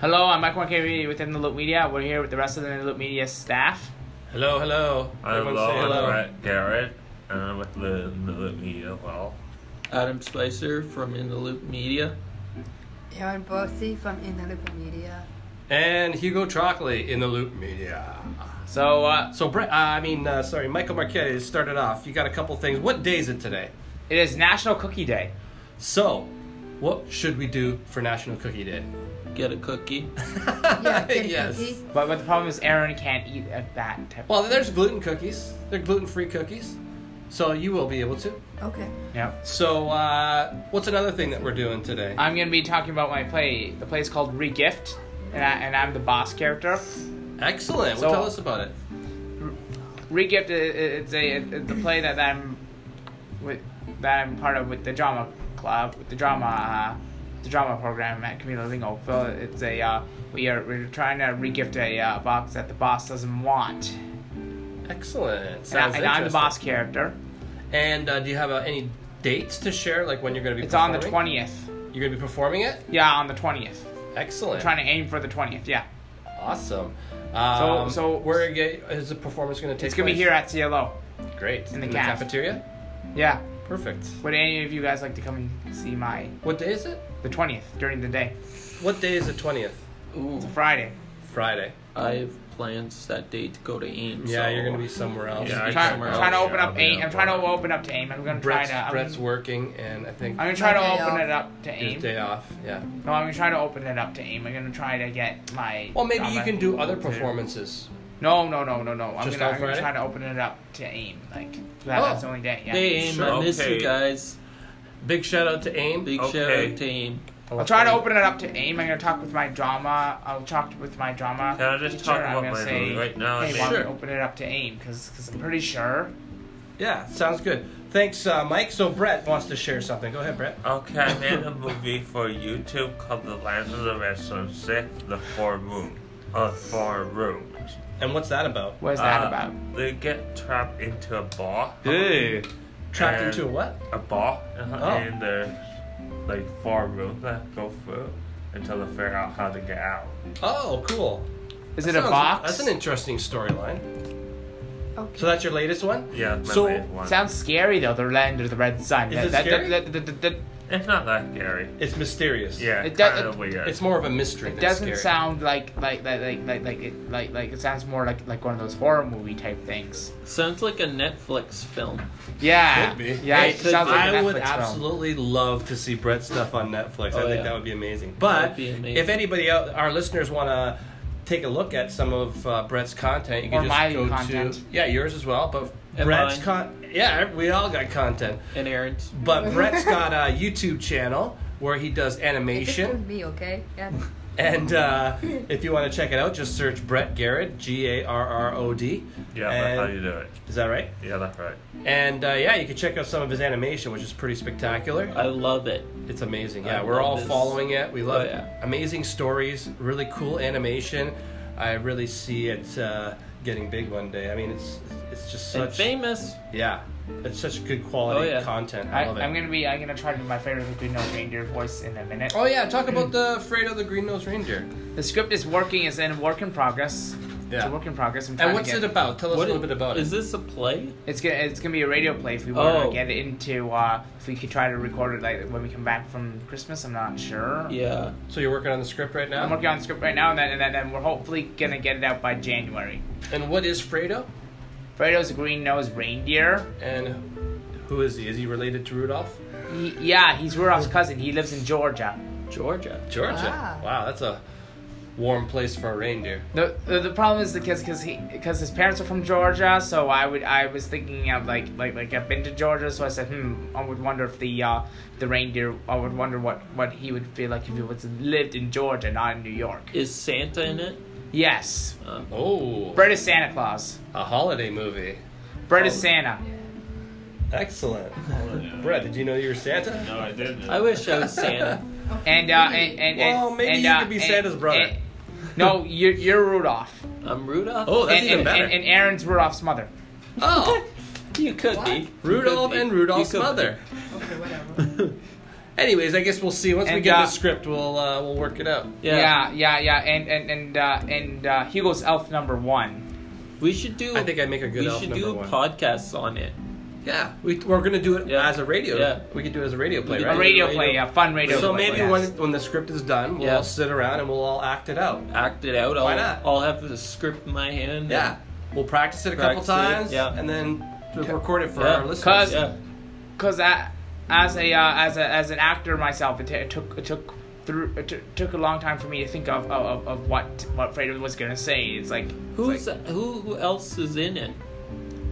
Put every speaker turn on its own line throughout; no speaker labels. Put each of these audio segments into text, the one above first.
Hello, I'm Mike Markery with In the Loop Media. We're here with the rest of the In the Loop Media staff.
Hello, hello.
I'm
Everyone
Law
say hello.
Brett Garrett, and I'm with the, the Loop Media Law.
Adam Spicer from In the Loop Media.
Aaron Borsey from In the Loop Media.
And Hugo Trockley in the Loop Media.
So, uh,
So, Brett, uh, I mean, uh, sorry, Michael Marchetti started off. You got a couple things. What day is it today?
it is National Cookie Day.
So, what should we do for National Cookie Day?
Get a cookie.
Yeah, get a
yes.
cookie.
But, but the problem is Aaron can't eat a that type
Well, there's gluten cookies. They're gluten-free cookies, so you will be able to.
Okay.
Yep.
So, uh, what's another thing that we're doing today?
I'm going to be talking about my play. The play is called Regift, and, I, and I'm the boss character.
Excellent.
So-
well, tell us about it.
Regift, i- i- it's a it's a play that I'm with that I'm part of with the drama club with the drama uh, the drama program at Camilo Lingo. So it's a uh, we are we're trying to regift a uh, box that the boss doesn't want.
Excellent.
And, I,
Sounds
and I'm the
interesting.
boss character.
And uh, do you have uh, any dates to share, like when you're going to be?
It's on the
performing?
twentieth.
You're going to be performing it.
Yeah, on the twentieth.
Excellent.
Trying to aim for the twentieth. Yeah,
Awesome. Um,
so-
where ga- is the performance going to take?
it's gonna be
place?
here at CLO.
Great.
in the caf.
cafeteria.
Yeah.
Perfect.
Would any of you guys like to come and see my
What day is it?
the twentieth during the day?
What day is the twentieth?
Ooh,
Friday.
Friday.
I have plans that day to go to Ames.
Yeah,
so-
you're going to be somewhere else.
Yeah, I
I'm trying,
somewhere
trying to
else,
open
yeah,
up
I'll be
aim.
out
I'm trying to
Friday.
open up to aim. I'm gonna try
Brett's,
to. I'm,
Brett's working, and I think
I'm gonna try to
My day
open
off.
it up to
his
aim.
day off. Yeah.
No, I'm gonna try to open it up to aim. I'm gonna try to get my.
Well, maybe you
drama-
can do other performances.
No, no, no, no, no. I'm
Just
gonna,
on
I'm gonna
Friday?
try to open it up to aim. Like that,
Oh.
that's the only day. Yeah.
Hey, Ames, I miss
Okay.
you guys.
Big shout out to AIM. Oh,
Big shout
Okay.
out to Ames.
I'll try to open it up to aim. I'm gonna talk with my drama. I'll talk with my drama.
Can I just
teacher.
talk
I'm
about
gonna
my
say,
movie right now?
Hey, why
I mean-
don't we
Sure.
open it up to aim? Because I'm pretty sure.
Yeah, sounds good. Thanks, uh, Mike. So Brett wants to share something. Go ahead, Brett.
Okay, I made a movie for YouTube called The Land of the Wrestling Sick, The Four Room. Uh, four Rooms.
And what's that about?
What is that
Uh,
about?
They get trapped into a bar.
Dude. Trapped
And-
into a what?
A bar. uh,
Oh.
And there's like four rooms that go through until they figure out how to get out.
Oh, cool.
Is
That
it a
sounds-
box?
That's an interesting storyline.
Okay.
So that's your latest one?
Yeah, that's my
So-
latest one.
Sounds scary though. The land of the red sun.
Is
That-
it
that-
scary?
that- that- that- that-
It's not that scary.
It's mysterious.
Yeah,
It does-
kind of
it-
weird.
It's more of a mystery.
It
than
doesn't
scary.
sound like like like like like like it like like it sounds more like like one of those horror movie type things.
Sounds like a Netflix film.
Yeah,
Could be.
yeah.
It
It,
could
sounds
be.
like a
I would
Netflix film.
absolutely love to see Brett's stuff on Netflix. I
Oh,
think
yeah.
that would be amazing. But
would be amazing.
if anybody out, our listeners want to take a look at some of uh, Brett's content, you
Or
can just
my
go
content.
to yeah yours as well. But
And
Brett's
mine.
con yeah we all got content.
And Aaron's.
But Brett's got a YouTube channel where he does
It's
animation.
with me, okay? Yeah.
And uh, if you want to check it out, just search Brett Garrett, G A R R O D.
yeah, that's
And-
how you do it.
Is that right?
Yeah, that's right.
And uh, yeah, you can check out some of his animation, which is pretty spectacular.
I love it.
It's amazing.
I
Yeah, we're
love
all
this.
following it. We love
Oh, yeah.
it. Amazing stories, really cool animation. I really see it uh, getting big one day. I mean, it's it's just
And
such
famous.
yeah, it's such good quality
Oh, yeah.
content. I,
I,
love it.
I'm gonna be. I'm gonna try to do my favorite Green No Reindeer voice in a minute.
Oh yeah, talk about the Fredo the Green Nosed Reindeer.
The script is working. It's in work in progress. It's a work in progress. I'm trying
And what's
to
it
get,
about? Tell us a little bit about
Is
it.
this a play?
It's gonna. It's gonna be a radio play. If we want
Oh.
to get it into, uh, if we could try to record it like when we come back from Christmas. I'm not sure.
Yeah.
So you're working on the script right
I'm
now.
working on the script right now, and then and then, then we're hopefully gonna get it out by January.
And what is Fredo?
Fredo's a green-nosed reindeer.
And who is he? Is he related to Rudolph?
He, yeah, he's Rudolph's cousin. He lives in Georgia.
Georgia.
Georgia.
Ah.
Wow, that's a warm place for a reindeer.
The, the, the problem is because because he because his parents are from Georgia, so I would I was thinking of like like like I've been to Georgia, so I said hmm I would wonder if the uh the reindeer I would wonder what what he would feel like if he was lived in Georgia, not in New York.
Is Santa in it?
Yes,
Uh,
Oh,
Brett is Santa Claus.
a holiday movie.
Brett
Oh.
is Santa.
Excellent. Brett, did you know you were Santa?
No, I didn't.
I wish I was Santa.
And uh and and, and
Well, maybe
and,
you
uh,
could be
and-
Santa's brother.
and- no, you're you're Rudolph.
I'm Rudolph.
Oh, that's
and,
even
and,
better.
and and Aaron's Rudolph's mother.
oh,
you could
What?
be. You
Rudolph
could be.
and Rudolph's
You could be.
mother.
Okay, whatever.
Anyways, I guess we'll see. Once we
And,
get
uh,
the script, we'll uh, we'll work it out.
yeah.
yeah, yeah, yeah. And and and uh, and uh, Hugo's elf number one.
We should do.
I think I make a good
we
elf
should
number
do
one.
podcasts on it.
Yeah, we, we're gonna do it
Yeah.
as a radio.
Yeah.
we could do it as a radio play,
We could
A
right?
do
radio,
radio.
play, a fun radio.
so
play,
maybe
yes.
when when the script is done, we'll
Yeah.
all sit around and we'll all act it out.
Act it out. I'll,
Why not?
I'll have the script in my hand.
Yeah, we'll practice it a
Practice it,
couple times,
yeah.
and then
Yeah.
record it for
Yeah.
our listeners.
'Cause-
Yeah.
because as a uh, as a as an actor myself, it, ta- it took it took through it t- took a long time for me to think of of, of- of what what Fredo was gonna say. It's like it's
Who's
like-
who? Who else is in it?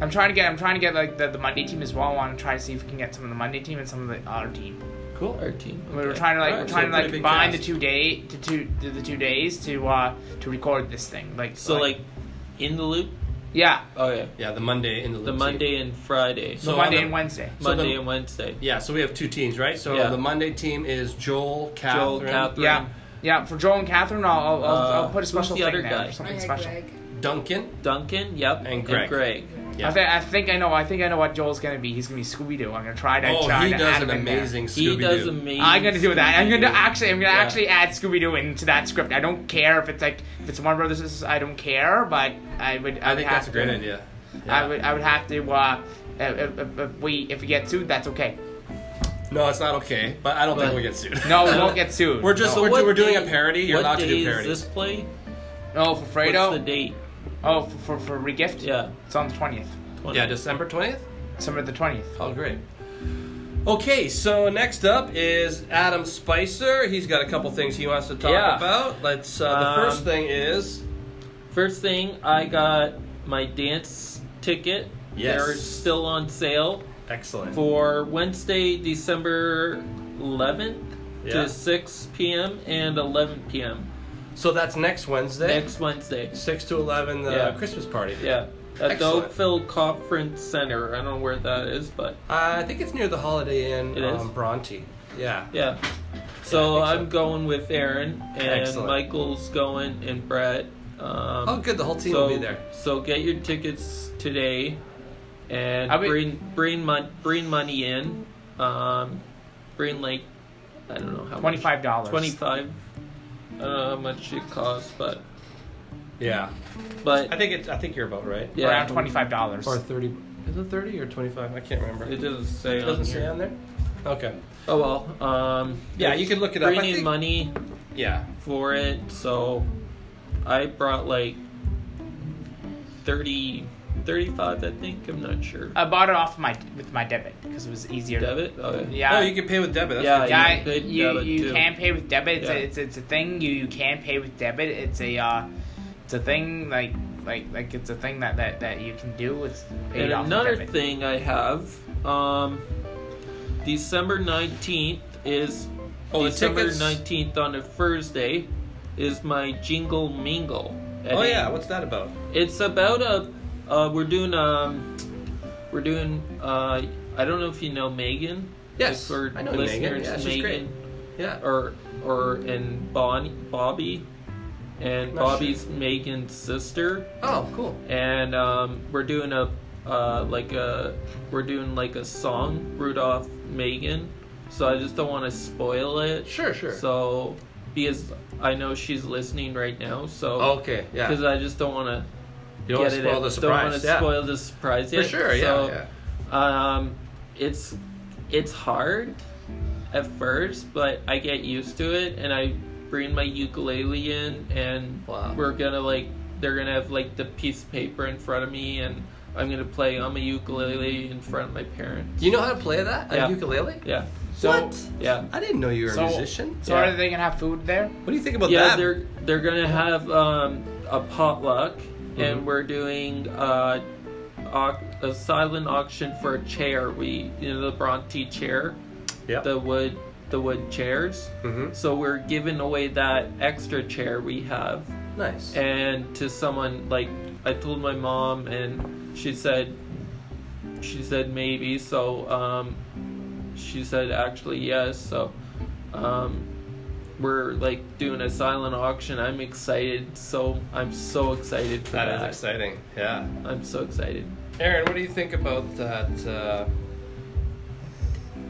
I'm trying to get I'm trying to get like the, the Monday team as well. I want to try to see if we can get some of the Monday team and some of the other team.
cool.
Our team.
We were
okay.
trying to like
Alright,
we're
so
trying to
pretty
like
big
combine the
cast.
two day to two to the two days to uh to record this thing. Like
So like, in the loop.
yeah,
Oh yeah.
Yeah, the Monday in the
The
loop team.
Monday and Friday.
the
So on
Monday
the-
and Wednesday.
so
Monday
the-
and Wednesday.
Yeah, so we have two teams, right? So
Yeah.
the Monday team is Joel,
Joel,
Catherine,
Catherine.
Yeah, yeah. For Joel and Catherine, I'll I'll, I'll, I'll
Uh,
put a
who's
special
the
thing
other
there,
guy?
something
yeah,
special.
Greg.
Duncan.
Duncan. Yep.
And Greg.
I, think, I think I know. I think I know what Joel's gonna be. He's gonna be Scooby Doo. I'm gonna try to.
Oh,
try
he
to
does
add
an
him in there.
amazing Scooby Doo.
He does amazing.
I'm gonna do that. I'm gonna
Scooby-Doo.
actually. I'm gonna
Yeah.
actually add Scooby Doo into that script. I don't care if it's like if it's Warner Brothers. Sisters, I don't care, but I would. I,
I
would
think
have
that's a great
to-
idea.
I would. I would have to. Uh, if, if, if we if we get sued, that's okay.
No, it's not okay, but I don't think
But-
we'll get sued.
No, we won't get sued.
We're just-
no,
we're-
what
we're doing a
day-
parody. You're
what
allowed to do
day is
parodies.
this play?
no Oh, for
What's the
Fredo.
date?
Oh, for for, for regift.
Yeah.
it's on the twentieth.
20.
yeah, December twentieth.
Summer the twentieth.
Oh, great. Okay, so next up is Adam Spicer. He's got a couple things he wants to talk
Yeah.
about. Let's. Uh, the first
Um,
thing is
First thing, I got my dance ticket.
Yes.
They're still on sale
excellent.
for Wednesday, December 11th
Yeah.
to 6 p.m. and 11 p.m.
so that's next Wednesday,
next Wednesday.
six to eleven, the
Yeah.
Christmas party.
Yeah. At
Excellent.
the Oakville Conference Center. I don't know where that is, but
Uh, I think it's near the Holiday Inn,
It is?
um, Bronte. Yeah.
yeah. So
Yeah, excellent.
I'm going with Aaron, and
Excellent.
Michael's going, and Brett. Um,
Oh, good. The whole team
so,
will be there.
So get your tickets today, and
I'll be-
bring bring mon- bring money in. Um, bring like I don't know how
Twenty five dollars.
twenty five. I don't know how much it uh, costs, but
Yeah.
but
I think it's. I think you're about right.
yeah,
Around twenty five dollars.
Or thirty. Is it thirty or twenty-five? I can't remember.
It doesn't say.
It doesn't
on
say
here.
on there. Okay.
Oh well. Um,
Yeah, you can look it up.
bring
I
in
think-
money
Yeah.
for it, so I brought like 30, 35, I think. I'm not sure.
I bought it off my with my debit because it was easier.
Debit. Oh, yeah.
Yeah.
oh, you can pay with debit. That's
Yeah,
good.
Yeah,
you can pay with
you, you can pay with debit.
debit, too.
It's,
Yeah.
a, it's it's a thing. You you can pay with debit. It's a uh, it's a thing like like like it's a thing that that, that you can do. It's paid
And
off with
another
debit.
thing I have, um, December 19th is
Oh, the
December
tickets.
19th on a Thursday is my Jingle Mingle. at
Oh yeah.
eight.
What's that about?
It's about a uh, we're doing um we're doing uh I don't know if you know Megan.
Yes,
If our
I know
listeners,
Megan. Yeah, she's great.
Megan
Yeah.
or or and Bonnie Bobby and
Not Oh, sure.
Bobby's Megan's sister
Oh, cool.
and um, we're doing a uh, like a we're doing like a song Rudolph Megan, so I just don't want to spoil it.
Sure, sure.
So because I know she's listening right now, so
okay. Yeah.
because I just don't want to
you don't
get
want
it.
to spoil the
out- Don't
surprise.
want to
Yeah.
spoil the surprise
For
yet.
sure. Yeah.
So,
yeah.
um, it's it's hard at first, but I get used to it, and I bring my ukulele in, and
Wow.
we're gonna like they're gonna have like the piece of paper in front of me, and I'm gonna play on my ukulele in front of my parents.
You know how to play that?
Yeah.
A ukulele?
Yeah,
So
what?
yeah,
I didn't know you were
So-
a musician.
so
Yeah.
are they gonna have food there?
What do you think about
yeah.
that?
They're they're gonna have um, a potluck,
Mhm.
and we're doing. Uh, au- a silent auction for a chair. We, you know, the Bronte chair,
Yep.
the wood, the wood chairs.
hmm
So we're giving away that extra chair we have,
Nice.
and to someone like I told my mom, and she said, she said maybe. So um, she said actually yes. So um, we're like doing a silent auction. I'm excited. So I'm so excited for that.
that is exciting. Yeah.
I'm so excited.
Aaron, what do you think about that? Uh,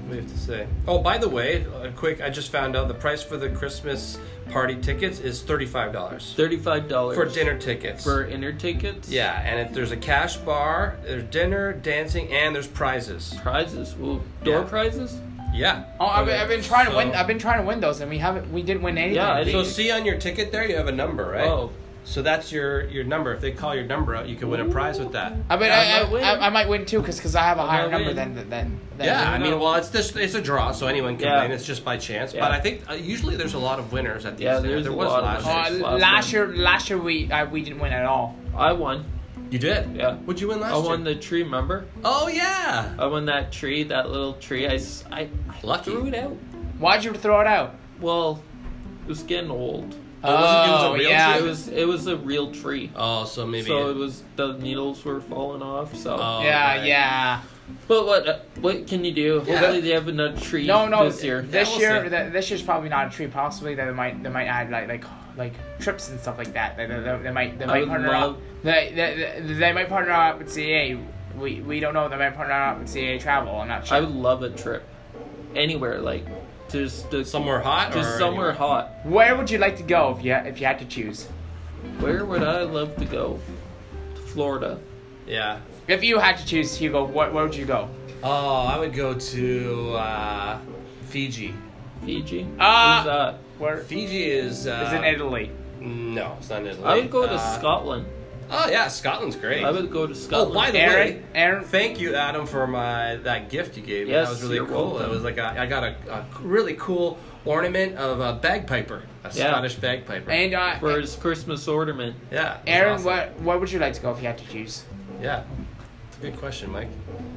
we have to say. Oh, by the way, uh, quick, I just found out the price for the Christmas party tickets is thirty-five dollars
Thirty-five dollars
for dinner tickets.
for inner tickets.
yeah, and if there's a cash bar, there's dinner, dancing, and there's prizes.
prizes. Well, door
Yeah.
prizes.
Yeah.
Oh, I've,
Okay,
I've been trying to win.
so-
I've been trying to win those, and we haven't. We didn't win anything.
Yeah, I
So
think-
see on your ticket there, you have a number, right?
Oh,
So that's your your number. If they call your number out, you can win a prize with that.
I mean,
I
I,
might win.
I, I, I might win too, because I have a
I
higher
might
number
win.
than than. than
Yeah, I
no.
mean, well, it's just it's a draw, so anyone can
Yeah.
win. It's just by chance.
Yeah.
But I think uh, usually there's a lot of winners at these.
Yeah,
there,
there's
there
a
was
lot
last
of
Oh,
year.
I-
Last one.
last year, last year we I, we didn't win at all.
I won.
You did?
Yeah.
What'd you win last
I
year?
won the tree. Remember?
Oh yeah.
I won that tree. That little tree. I s- I- I
Lucky.
threw it out.
Why'd you throw it out?
Well, it was getting old.
Oh, it wasn't- it was a real
yeah.
It was it was a real tree.
Oh, so maybe.
so
it-
it was the needles were falling off. So,
Oh,
yeah,
right.
yeah.
but what uh, what can you do?
Yeah.
Hopefully they have another tree.
No, no.
This year.
this
we'll
year,
see.
th- this year's probably not a tree. Possibly that they might they might add like like like trips and stuff like that. They, they, they, they might they
I
might
would
partner
love-
up. They, they, they, they might partner up with CA. We we don't know. They might partner up with CA Travel. I'm not sure.
I would love a trip anywhere, like just to,
somewhere hot.
just
or
somewhere
anywhere?
hot.
Where would you like to go if you if you had to choose?
Where would I love to go? To Florida.
Yeah.
If you had to choose, Hugo, where, where would you go?
Oh, I would go to uh, Fiji.
Fiji.
Ah!
Uh,
Who's that?
Where is
Fiji is. Uh,
in Italy?
No, it's not in Italy.
I would go to
Uh,
Scotland.
Oh yeah, Scotland's great.
I would go to Scotland.
Oh, by the-
Aaron, Aaron,
Thank you, Adam, for my that gift you gave me.
Yes,
that was really
you're
cool. It
welcome.
was like a, I got a, a really cool ornament of a bagpiper, a
Yeah.
Scottish bagpiper.
and uh,
for his Christmas ornament.
yeah, it was
Aaron,
awesome.
where where would you like to go if you had to choose?
Yeah, it's a good question, Mike.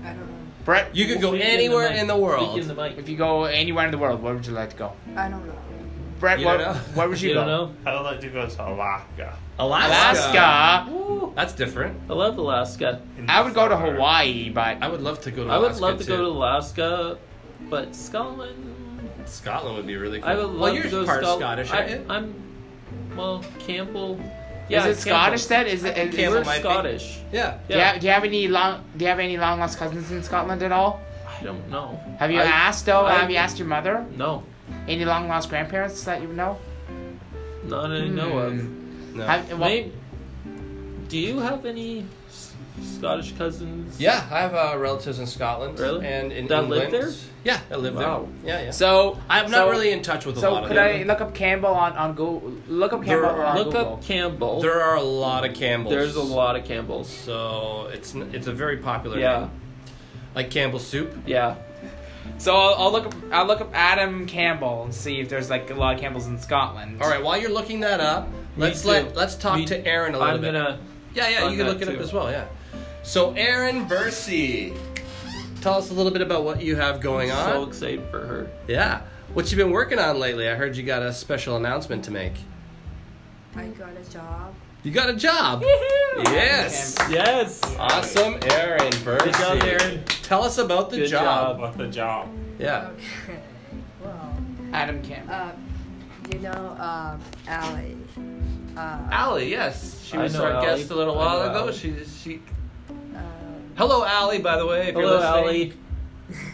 I don't know.
Brett,
You could go
Speak in the
anywhere
mic.
in the world.
Speak in the mic.
if you go anywhere in the world, where would you like to go?
I don't know.
Brett,
You
where,
don't know?
where would you,
You
go?
don't know?
I would like to go to Alaska.
Alaska.
Alaska.
Woo.
That's different.
I love Alaska.
in the
I would go to
summer.
Hawaii, but
I would love to go to.
I would
Alaska,
love to go
too.
to Alaska, but Scotland.
Scotland. Would be really cool.
I would love
well, you're
to go to
part
Scot-
Scottish,
I,
aren't you?
I'm, well, Campbell. Yeah,
is it Scottish
Campbell.
then? Is it? Is,
Campbell
We're
is,
might be.
Scottish.
yeah.
do, you have, do you have any long? Do you have any long lost cousins in Scotland at all?
I don't know.
Have you
I-
asked though?
I-
have you asked your mother?
No,
Any long lost grandparents that you know?
not that I know of.
Hmm.
No.
Have, well,
Maybe, do you have any S- Scottish cousins?
Yeah, I have uh, relatives in Scotland.
Really?
And in
That live
England.
there?
Yeah, I live
Wow.
there. Yeah, yeah.
So
I'm not
so-
really in touch with a lot
So
of
could
them.
I look up Campbell on on Google? Look up
There
Campbell
are-
on
Look
Google.
up Campbell.
There are a lot of Campbells.
There's a lot of Campbells.
So it's n- it's a very popular
Yeah,
name. Like Campbell soup.
yeah.
So I'll, I'll look up I'll look up Adam Campbell and see if there's like a lot of Campbells in Scotland.
All right, while you're looking that up,
Me
let's
too.
let let's talk
Me-
to Aaron a little
I'm
bit.
gonna.
yeah, yeah,
on
you can
that
look it up
too.
as well. Yeah. So Aaron Bursey, tell us a little bit about what you have going on.
So excited for her.
yeah. What you've been working on lately? I heard you got a special announcement to make.
I got a job.
You got a job. Yes.
Yes.
Awesome, Aaron Bursey.
Good job, Aaron.
Tell us about the
Good
job.
job.
What's the job?
Yeah.
Okay. Wow.
Adam Campbell.
Uh, you know, um, Allie. Uh,
Allie, yes. She
I
was
know
our
Allie.
guest a little
I
while
know
ago.
Allie.
She she
um,
Hello Allie, by the way, if you're
Hello,
listening.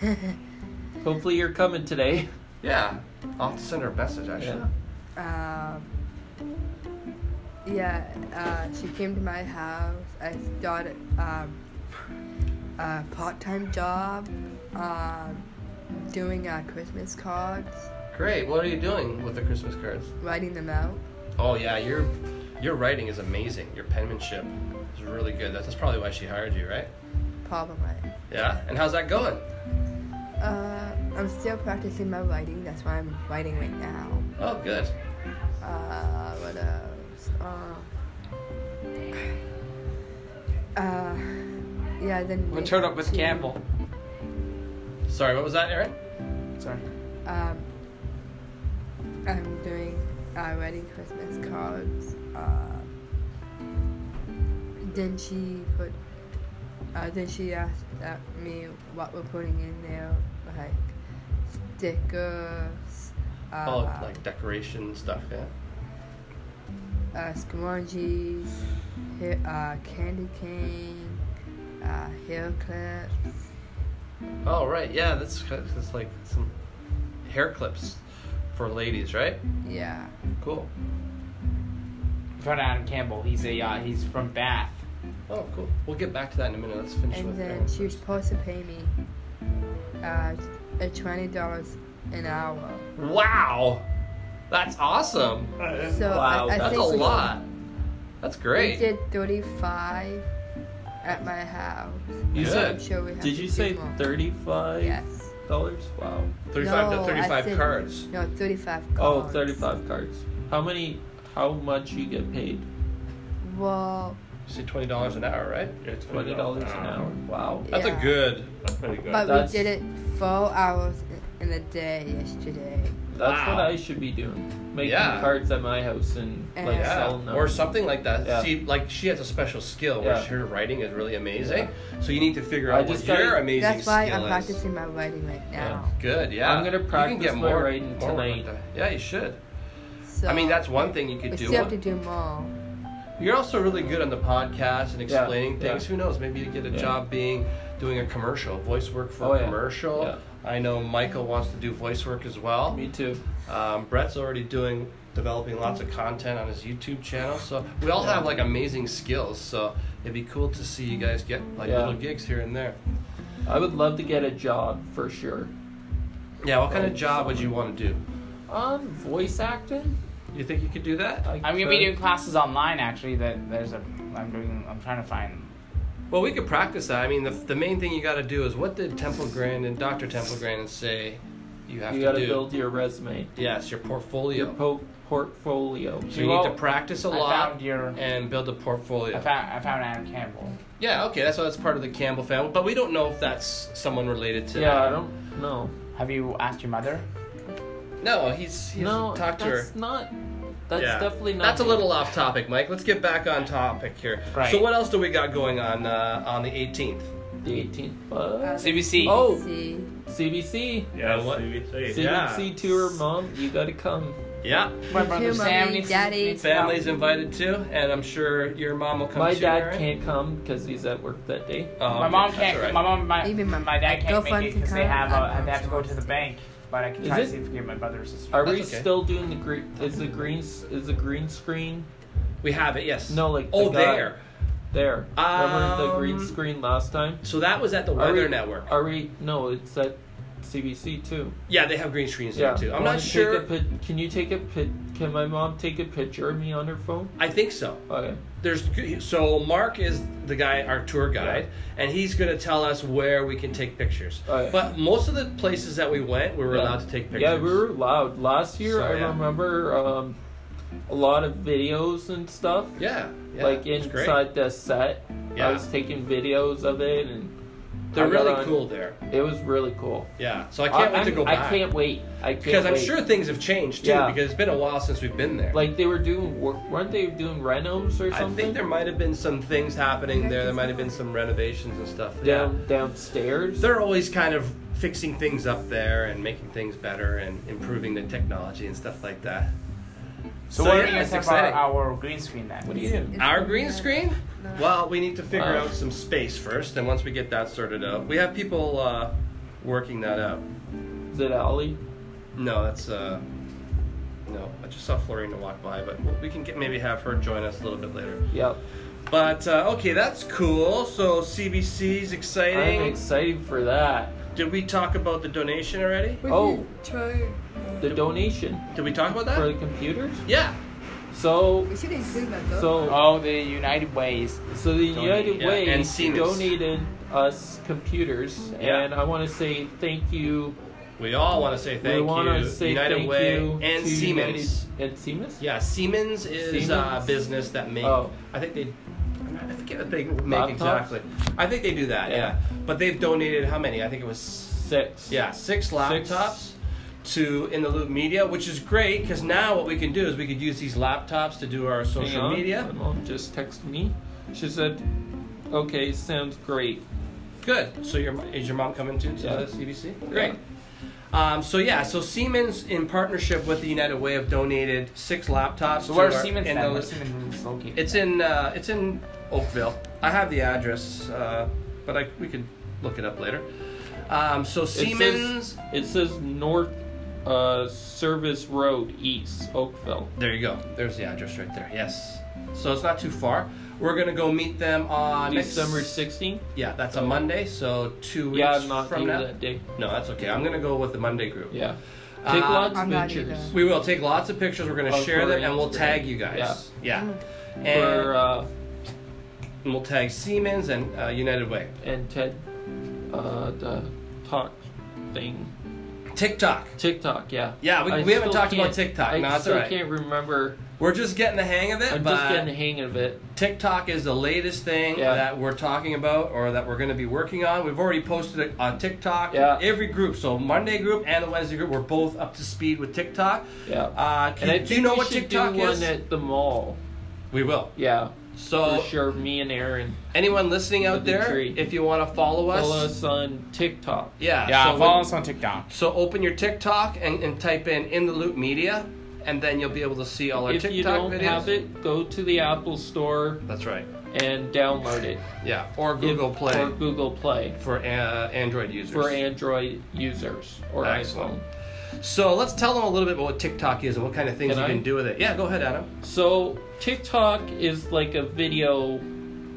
Allie.
uh,
Hopefully you're coming today.
Yeah. I'll have to send her a message actually.
Yeah.
um, yeah, uh, she came to my house. I started um, a part time job um, doing uh, Christmas cards,
Great. What are you doing with the Christmas cards?
writing them out.
Oh yeah, your your writing is amazing. Your penmanship is really good. That's, that's probably why she hired you, right?
Probably.
Yeah. And how's that going?
Uh, I'm still practicing my writing. That's why I'm writing right now.
Oh good.
Uh, what else? Uh, uh, yeah, then.
We turned up with
she-
Campbell.
Sorry, what was that, Aaron?
Sorry.
Um, I'm doing uh, writing Christmas cards. Uh, then she put. Uh, then she asked uh, me what we're putting in there, like stickers. Uh,
oh, like decoration stuff, yeah.
uh, sponges, hair, uh, candy cane, uh, hair clips,
Oh right, yeah, that's that's like some hair clips for ladies, right?
Yeah.
Cool.
Vernon Campbell. He's a uh, he's from Bath.
Oh, cool. We'll get back to that in a minute. Let's finish
And
with
then
Aaron
she was
first.
supposed to pay me uh, uh, twenty dollars an hour.
Wow, that's awesome.
So
wow,
I, I
that's a
think we-
lot. That's
We
great.
did thirty-five at my house.
You
So
said-
I'm sure we have
Did
to
you
do
say
more.
thirty-five
Yes.
dollars? Wow.
35
No,
to
I
35
said-
cards.
No, thirty-five.
Oh,
cards.
35 cards. How many? How much you get paid?
Well,
You said $20 an hour, right?
Yeah,
Twenty dollars an hour. Wow.
That's
Yeah.
a good.
That's pretty good.
but
That's-
we did it four hours in a day yesterday.
That's what
Wow.
I should be doing. Making
Yeah.
cards at my house and like
Yeah.
selling them.
Or something like that.
Yeah.
See, like she has a special skill where
Yeah.
her writing is really amazing. So you need to figure
I
out
just
what
gotta-
your amazing
That's why
skill
I'm
is.
practicing my writing right now.
Good, yeah.
I'm gonna
You can
practice
get
my
more,
writing
more work
tonight.
done. Yeah, you should.
So
I mean, that's one thing you
we
could do.
still have to do more.
You're also really good on the podcast and
Yeah,
explaining
yeah.
things. Who knows? Maybe you get a
Yeah.
job being doing a commercial, voice work for
Oh,
a
yeah.
commercial.
Yeah.
I know Michael wants to do voice work as well.
Me too.
Um, Brett's already doing developing lots of content on his YouTube channel. So we all
Yeah.
have like amazing skills. So it'd be cool to see you guys get like
Yeah.
little gigs here and there.
I would love to get a job for sure.
Yeah. What kind of job would you want to do?
Um, voice acting.
You think you could do that?
I
I'm gonna be
could-
doing classes online actually. That there's a I'm doing I'm trying to find
Well, we could practice that. I mean, the, the main thing you got to do is what did Temple Grandin, Dr. Temple Grandin say you have
You
to
gotta
do?
build your resume,
Yes, your portfolio.
your po- portfolio.
so you
Well,
need to practice a
I
lot
found your
and build a portfolio.
I found I found Adam Campbell.
yeah, okay, that's why it's part of the Campbell family, but we don't know if that's someone related to.
Yeah, I don't know.
Have you asked your mother?
No, he's he's
No,
talked to her.
that's not. That's
Yeah.
definitely not.
That's a
me.
little off topic, Mike. Let's get back on topic here.
Right.
So what else do we got going on uh, on the 18th?
The 18th. But
CBC.
Oh.
See,
CBC.
Yeah,
what-
CBC.
Yeah.
CBC tour, mom. You gotta come.
Yeah,
My
Me
brother
too,
Sam
Mommy,
needs
Daddy.
needs to come.
family's invited too, and I'm sure your mom will come.
My
too,
dad
right?
can't come because he's at work that day.
Oh,
My
okay,
mom
that's
can't.
all right.
My mom, my,
Even my-
my dad can't
girlfriend
make it
can
because they
come.
have a,
I-
they have to go to the bank. But I can
Is
try
it-
to see if I can get my brother or sister.
Are we
That's okay.
still doing the green? Is the green? Is the green screen
We have it, yes.
No, like,
oh,
the guy-
there.
there? Remember the green
Um,
screen last time?
So that was at the
Are
Weather
we-
Network.
Are we? No, it's at CBC too.
yeah, they have green screens there too. I'm
Wanna
not
take
sure.
a pic- can you take a pic? Can my mom take a picture of me on her phone?
I think so.
Okay.
There's so Mark is the guy, our tour guide, and he's going to tell us where we can take pictures.
Oh, yeah.
But most of the places that we went, we were
Yeah.
allowed to take pictures.
Yeah, we were loud. Last year,
So,
I
yeah.
remember um, a lot of videos and stuff.
Yeah, yeah,
like
it was great.
inside the set,
Yeah.
I was taking videos of it, and
They're
I got
really
on-
cool there.
It was really cool.
Yeah, so I can't wait to
I'm-
go back.
I can't wait. I can't
because I'm
wait.
sure things have changed too.
Yeah.
Because it's been a while since we've been there.
Like they were doing, wor- weren't they doing renos or
I
something?
think there might have been some things happening there. There might have been some renovations and stuff. Yeah.
down downstairs.
they're always kind of fixing things up there and making things better and improving the technology and stuff like that.
So, what are we
yeah,
gonna
it's
set for our,
exciting.
our green screen then?
what are you doing?
Our green screen? Well, we need to figure
Wow.
out some space first, and once we get that sorted out, we have people uh, working that out.
Is it Ollie?
No, that's uh, no. I just saw Florina walk by, but we can get maybe have her join us a little bit later.
Yep.
But uh, okay, that's cool. So CBC's
I'm
exciting.
excited for that.
Did we talk about the donation already?
We
Oh.
should try.
The donation
Did we talk about
for
that?
the computers.
Yeah.
So,
We should include that though.
so,
Oh, the United Ways.
so the United
yeah,
Way
and Siemens.
donated us computers,
Yeah.
and I want to say thank you.
We all want to say
we
thank
want
you.
to say
United
thank
Way
you
and
to
Siemens.
United, and Siemens.
Yeah, Siemens is a
Siemens?
business that make.
Oh.
I think they. I forget what they make
Laptops?
exactly. I think they do that. Yeah.
Yeah.
but they've donated how many? I think it was
Six.
yeah six laptops to In the Loop Media, which is great because now what we can do is we could use these laptops to do our
Hang
social
on, My
media.
mom just texted me. She said, "Okay, sounds great."
Good. So your is your mom coming too to
Yeah.
the CBC? Great. Um, so yeah, so Siemens in partnership with the United Way have donated six laptops.
So where's
to our-
Siemens
In
then?
the
Where's
Loop-
Siemens located?
It's in uh, it's in Oakville. I have the address, uh, but I, we could look it up later. Um, so
It
Siemens.
says, it says North uh, Service Road East, Oakville.
There you go. There's the address right there. Yes. So it's not too far. We're gonna go meet them on next-
December 16th?
Yeah, that's a Monday. So two weeks
Yeah, I'm not
from
doing
now.
that day.
No, that's okay. I'm gonna go with the Monday group.
Yeah. Take
Uh,
lots of
I'm not either.
pictures.
We will take lots of pictures. We're gonna
Oh,
share
for
them and we'll
Instagram.
tag you guys. Yeah. And
For, uh,
and we'll tag Siemens and uh, United Way.
and Ted, uh, the talk thing.
TikTok.
TikTok, yeah.
Yeah, we-
I
we haven't
still
talked about
can't-
TikTok.
I
No, that's
still
all right.
can't remember.
We're just getting the hang of it,
I'm
but
just getting the hang of it.
TikTok is the latest thing
Yeah.
that we're talking about or that we're going to be working on. We've already posted a, a TikTok.
Yeah.
Every group, so Monday group and the Wednesday group, we're both up to speed with TikTok.
Yeah.
Uh, can,
and I
do you
think
know
we
what
should
TikTok
do
is?
one at the mall.
we will.
Yeah.
So
for sure, me and Aaron.
anyone listening out
With the
there,
tree.
if you want to follow us,
Follow us on TikTok.
yeah,
Yeah,
so
follow
we-
us on TikTok.
So open your TikTok and, and type in in the loop media, and then you'll be able to see all our
If
TikTok
you don't
videos.
have it, go to the Apple Store
That's right.
and download it.
Yeah, or Google
If-
Play
Or Google Play
for uh, Android users.
for Android users or
Excellent.
iPhone.
So let's tell them a little bit about what TikTok is and what kind of things
Can
you
I?
can do with it. Yeah, go ahead, Adam.
So TikTok is like a video,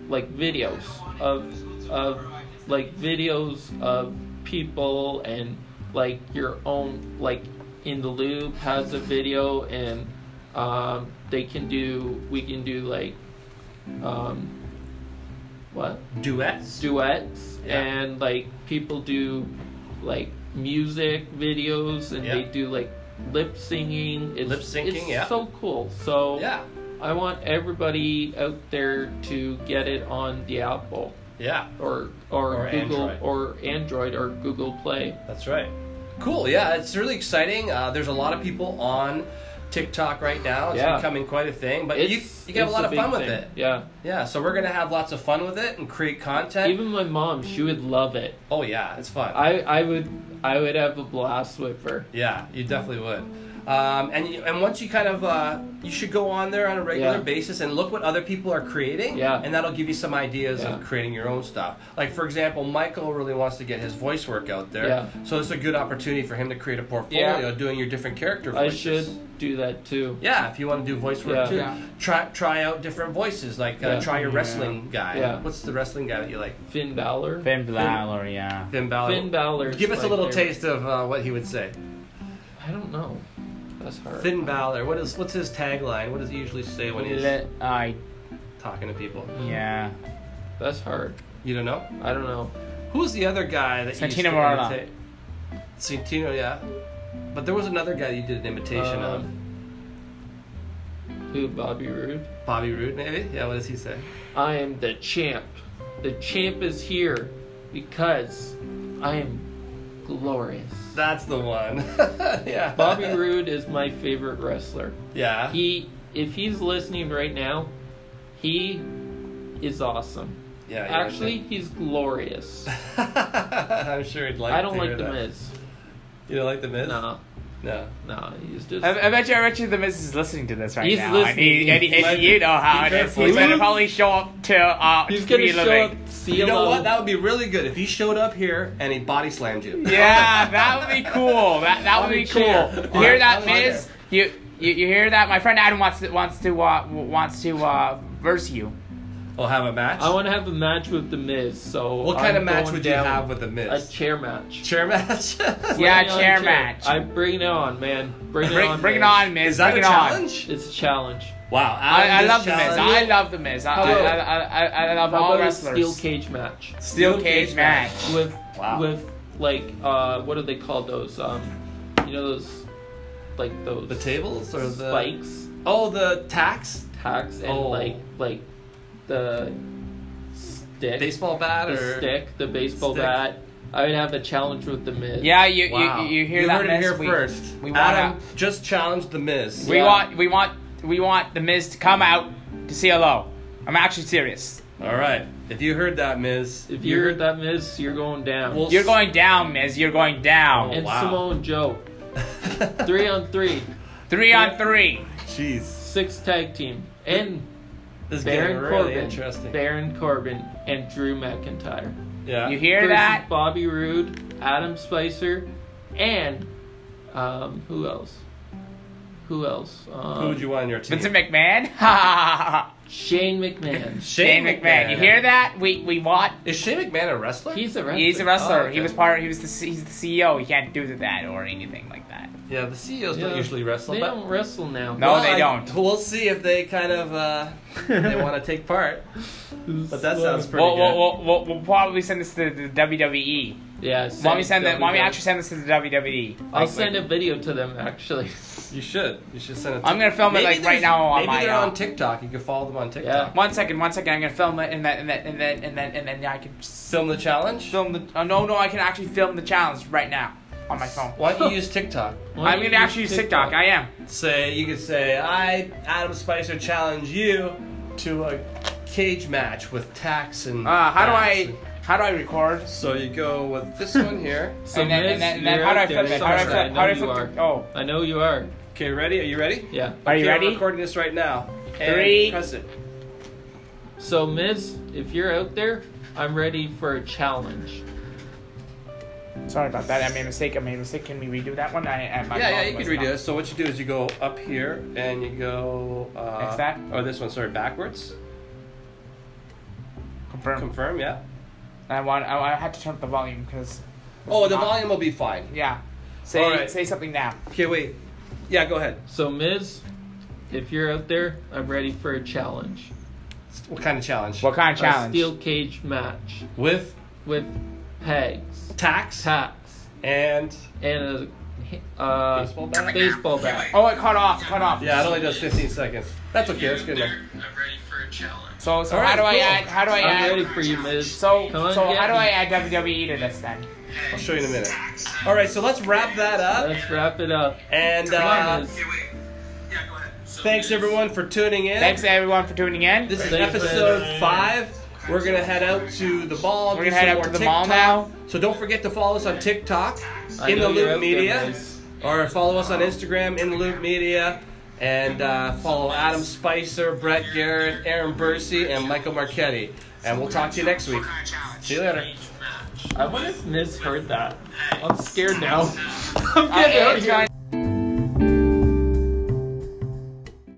like videos of, of like videos of people and like your own like in the loop has a video and um, they can do we can do like um, what
Duets.
duets
Yeah.
and like people do like music videos and
Yeah.
they do like lip singing. It's,
Lip syncing,
it's
yeah.
so cool. So
yeah,
I want everybody out there to get it on the Apple
yeah,
or or,
Or
Google
Android.
or Android or Google Play.
that's right. Cool. Yeah, it's really exciting. Uh, there's a lot of people on TikTok right now. It's
Yeah.
becoming quite a thing, but you you can have a
it's
lot of
big
fun with
thing.
it.
Yeah.
Yeah, so we're gonna have lots of fun with it and create content.
Even my mom, she would love it.
oh yeah, it's fun.
I, I would I would have a blast with her.
Yeah, you definitely would. Um, and you, and once you kind of uh, you should go on there on a regular
Yeah.
basis and look what other people are creating.
Yeah.
And that'll give you some ideas of
Yeah.
creating your own stuff. Like for example, Michael really wants to get his voice work out there.
Yeah.
So it's a good opportunity for him to create a portfolio doing your different character
I
voices.
should do that too.
Yeah, if you want to do voice work
Yeah.
too,
Yeah.
try try out different voices. Like uh,
Yeah.
try your
Yeah.
wrestling guy.
Yeah.
What's the wrestling guy that you like?
Finn Balor.
Finn Balor, yeah.
Finn Balor.
Finn Balor's
Give us
my
a little
favorite.
taste of uh, what he would say.
I don't know. That's hard.
Finn Balor. What is what's his tagline? What does he usually say when he's
Let I
talking to people?
yeah.
That's hard.
You don't know?
I don't know.
Who's the other guy that you used
Santino
to
Morella.
imitate? Santino, yeah. But there was another guy you did an imitation
Uh, Um, Who Bobby Roode?
of. Bobby Roode, maybe? Yeah, what does he say?
I am the champ. The champ is here because I am glorious.
That's the one. yeah.
Bobby Roode is my favorite wrestler.
Yeah.
He, if he's listening right now, he is awesome.
yeah. you're
Actually, he's glorious.
right. I'm sure he'd like
I don't
to
like
hear
the
that.
Miz.
You don't like the Miz?
No,
No.
no, he's just.
I, I bet you, I bet you, the Miz is listening to this right
He's
now.
listening.
And, he, and, he- and
He's
you know how it is.
careful.
He's gonna
He's-
probably show up to uh,
he's gonna
Community
show up.
Living.
CLO.
You know what? That would be really good if he showed up here and he body slammed you.
Yeah, that would be cool. That that
On
would
a
be
chair.
cool. You hear
On-
that,
on
Miz? You, you you hear that? My friend Adam wants to wants to uh, w- wants to uh, verse you.
We'll have a match.
I want to have a match with the Miz. So
what kind
I'm
of match
going
would
down
you have with the
a
Miz?
chair match?
chair match?
Yeah,
Bring it on,
chair match.
I bring it on, man. Bring it
Bring,
on.
bring it
man.
on, Miz.
Is that
bring
a
it on.
challenge?
It's a challenge.
Wow.
I, I
Adam,
love
this
the Miz.
challenge-
I love the Miz. I I,
Hello.
I, I, I love
How
all
about a
wrestlers.
steel cage match?
Steel cage match.
with
Wow.
with like uh, what are they called? Those um, you know those like those
The tables or the
spikes,
Oh, the tax
tacks, and
Oh.
like like the stick,
baseball bat
the
or
stick, the baseball
Stick.
bat. I would have a challenge with the Miz.
Yeah, you,
Wow.
you you hear
you
that,
heard
Miz?
it here
we,
first.
We want
Adam just challenged the Miz.
we
Yeah.
want we want we want the Miz to come out to see hello. I'm actually serious.
All right. If you heard that, Miz.
If you heard that Miz, you're going down.
Well,
You're going down, Miz. You're going down.
and
wow.
Simone Joe,
that.
three on three,
Three on three.
Jeez.
six tag team, and
This is getting
Baron
really
Corbin,
interesting.
Baron Corbin, and Drew McIntyre.
yeah.
You hear
Versus
that?
Bobby Roode Adam Spicer, and um, who else? Who else? Um,
Who would you want on your team?
Vincent McMahon? Ha
Shane McMahon.
Shane McMahon. You hear that? We we want.
Is Shane McMahon a wrestler?
He's a wrestler.
He's a wrestler.
Oh, okay.
He was part. He was the C- he's the CEO. He can't do that or anything like that.
yeah, the CEOs
Yeah.
don't usually wrestle.
They
but
don't wrestle now.
No.
Well,
they
I-
don't.
we'll see if they kind of uh, they want to take part. But that sounds pretty
We'll, we'll,
good.
we'll, we'll, we'll probably send this to the WWE.
Yeah.
Why don't
send
we send that? Why don't we
E.
WWE.
actually send this to the E? WWE?
I'll
Like,
send
like-
a video to them actually.
You should. You should send it.
I'm gonna film it, like, right
there's-
now on
maybe
my,
they're
uh,
on TikTok. You can follow them on TikTok.
Yeah.
One second, one second. I'm gonna film it, and then and then and then and then and then I can s-
Film the challenge.
film the. Oh, no, no, I can actually film the challenge right now on my phone.
Why don't you use TikTok?
Why
I'm
don't
gonna
you
actually use TikTok. I am.
Say you could say I Adam Spicer challenge you to a cage match with tax and.
Uh, how do
bats
I?
and-
How do I record?
So you go with this one here.
So
and then,
Miz,
and then, and then
you're
how do I
out there
flip it? How do I
somewhere.
flip? How do I
know you
flip?
are.
the- Oh,
I know you are.
Okay, ready? Are you ready?
Yeah.
are you
Okay, I'm
ready?
recording this right now. And
Three.
Press it.
So Miz, if you're out there, I'm ready for a challenge.
Sorry about that. I made a mistake. I made a mistake. Can we redo that one? I, I my
Yeah, yeah,
phone
you can
was
redo
not-
this. So what you do is you go up here and you go. Uh,
Next that?
Oh, this one. Sorry, backwards.
Confirm.
Confirm. Yeah.
I want. I, I had to turn up the volume because.
Oh, the volume will be fine.
Yeah. Say
All right.
say something now.
Okay, wait. Yeah, go ahead.
So Miz, if you're out there, I'm ready for a challenge.
What kind of challenge?
What kind of
A
challenge?
steel cage match
With
with pegs,
tax
taps,
and
and a uh,
Baseball bat?
baseball bat.
Oh, it cut off. Cut off.
yeah, it only does 15 seconds. That's okay. That's good enough.
ready for a challenge.
So so
All right,
how do I
cool.
add? How do I
I'm
add?
ready for you, Miz.
So
Come on,
so
get
how do
me.
I add WWE to this then?
I'll show you in a minute. All right, so let's wrap that up.
Let's wrap it up.
And
Come on,
uh,
Miz.
thanks everyone for tuning in.
Thanks everyone for tuning in.
This is
Thanks, man.
episode five. We're gonna head out to the ball.
We're
do
gonna head out
some more
to the mall
TikTok.
now.
So don't forget to follow us on TikTok,
I
in the
know you're
loop
out there,
media,
Miz.
or follow us on Instagram, in the loop media, and uh, follow Adam Spicer, Brett Garrett, Aaron Bursey, and Michael Marchetti. And we'll talk to you next week. See you later.
I wonder if Miz heard that. I'm scared now. I'm
Uh,
getting out
it's
here.
going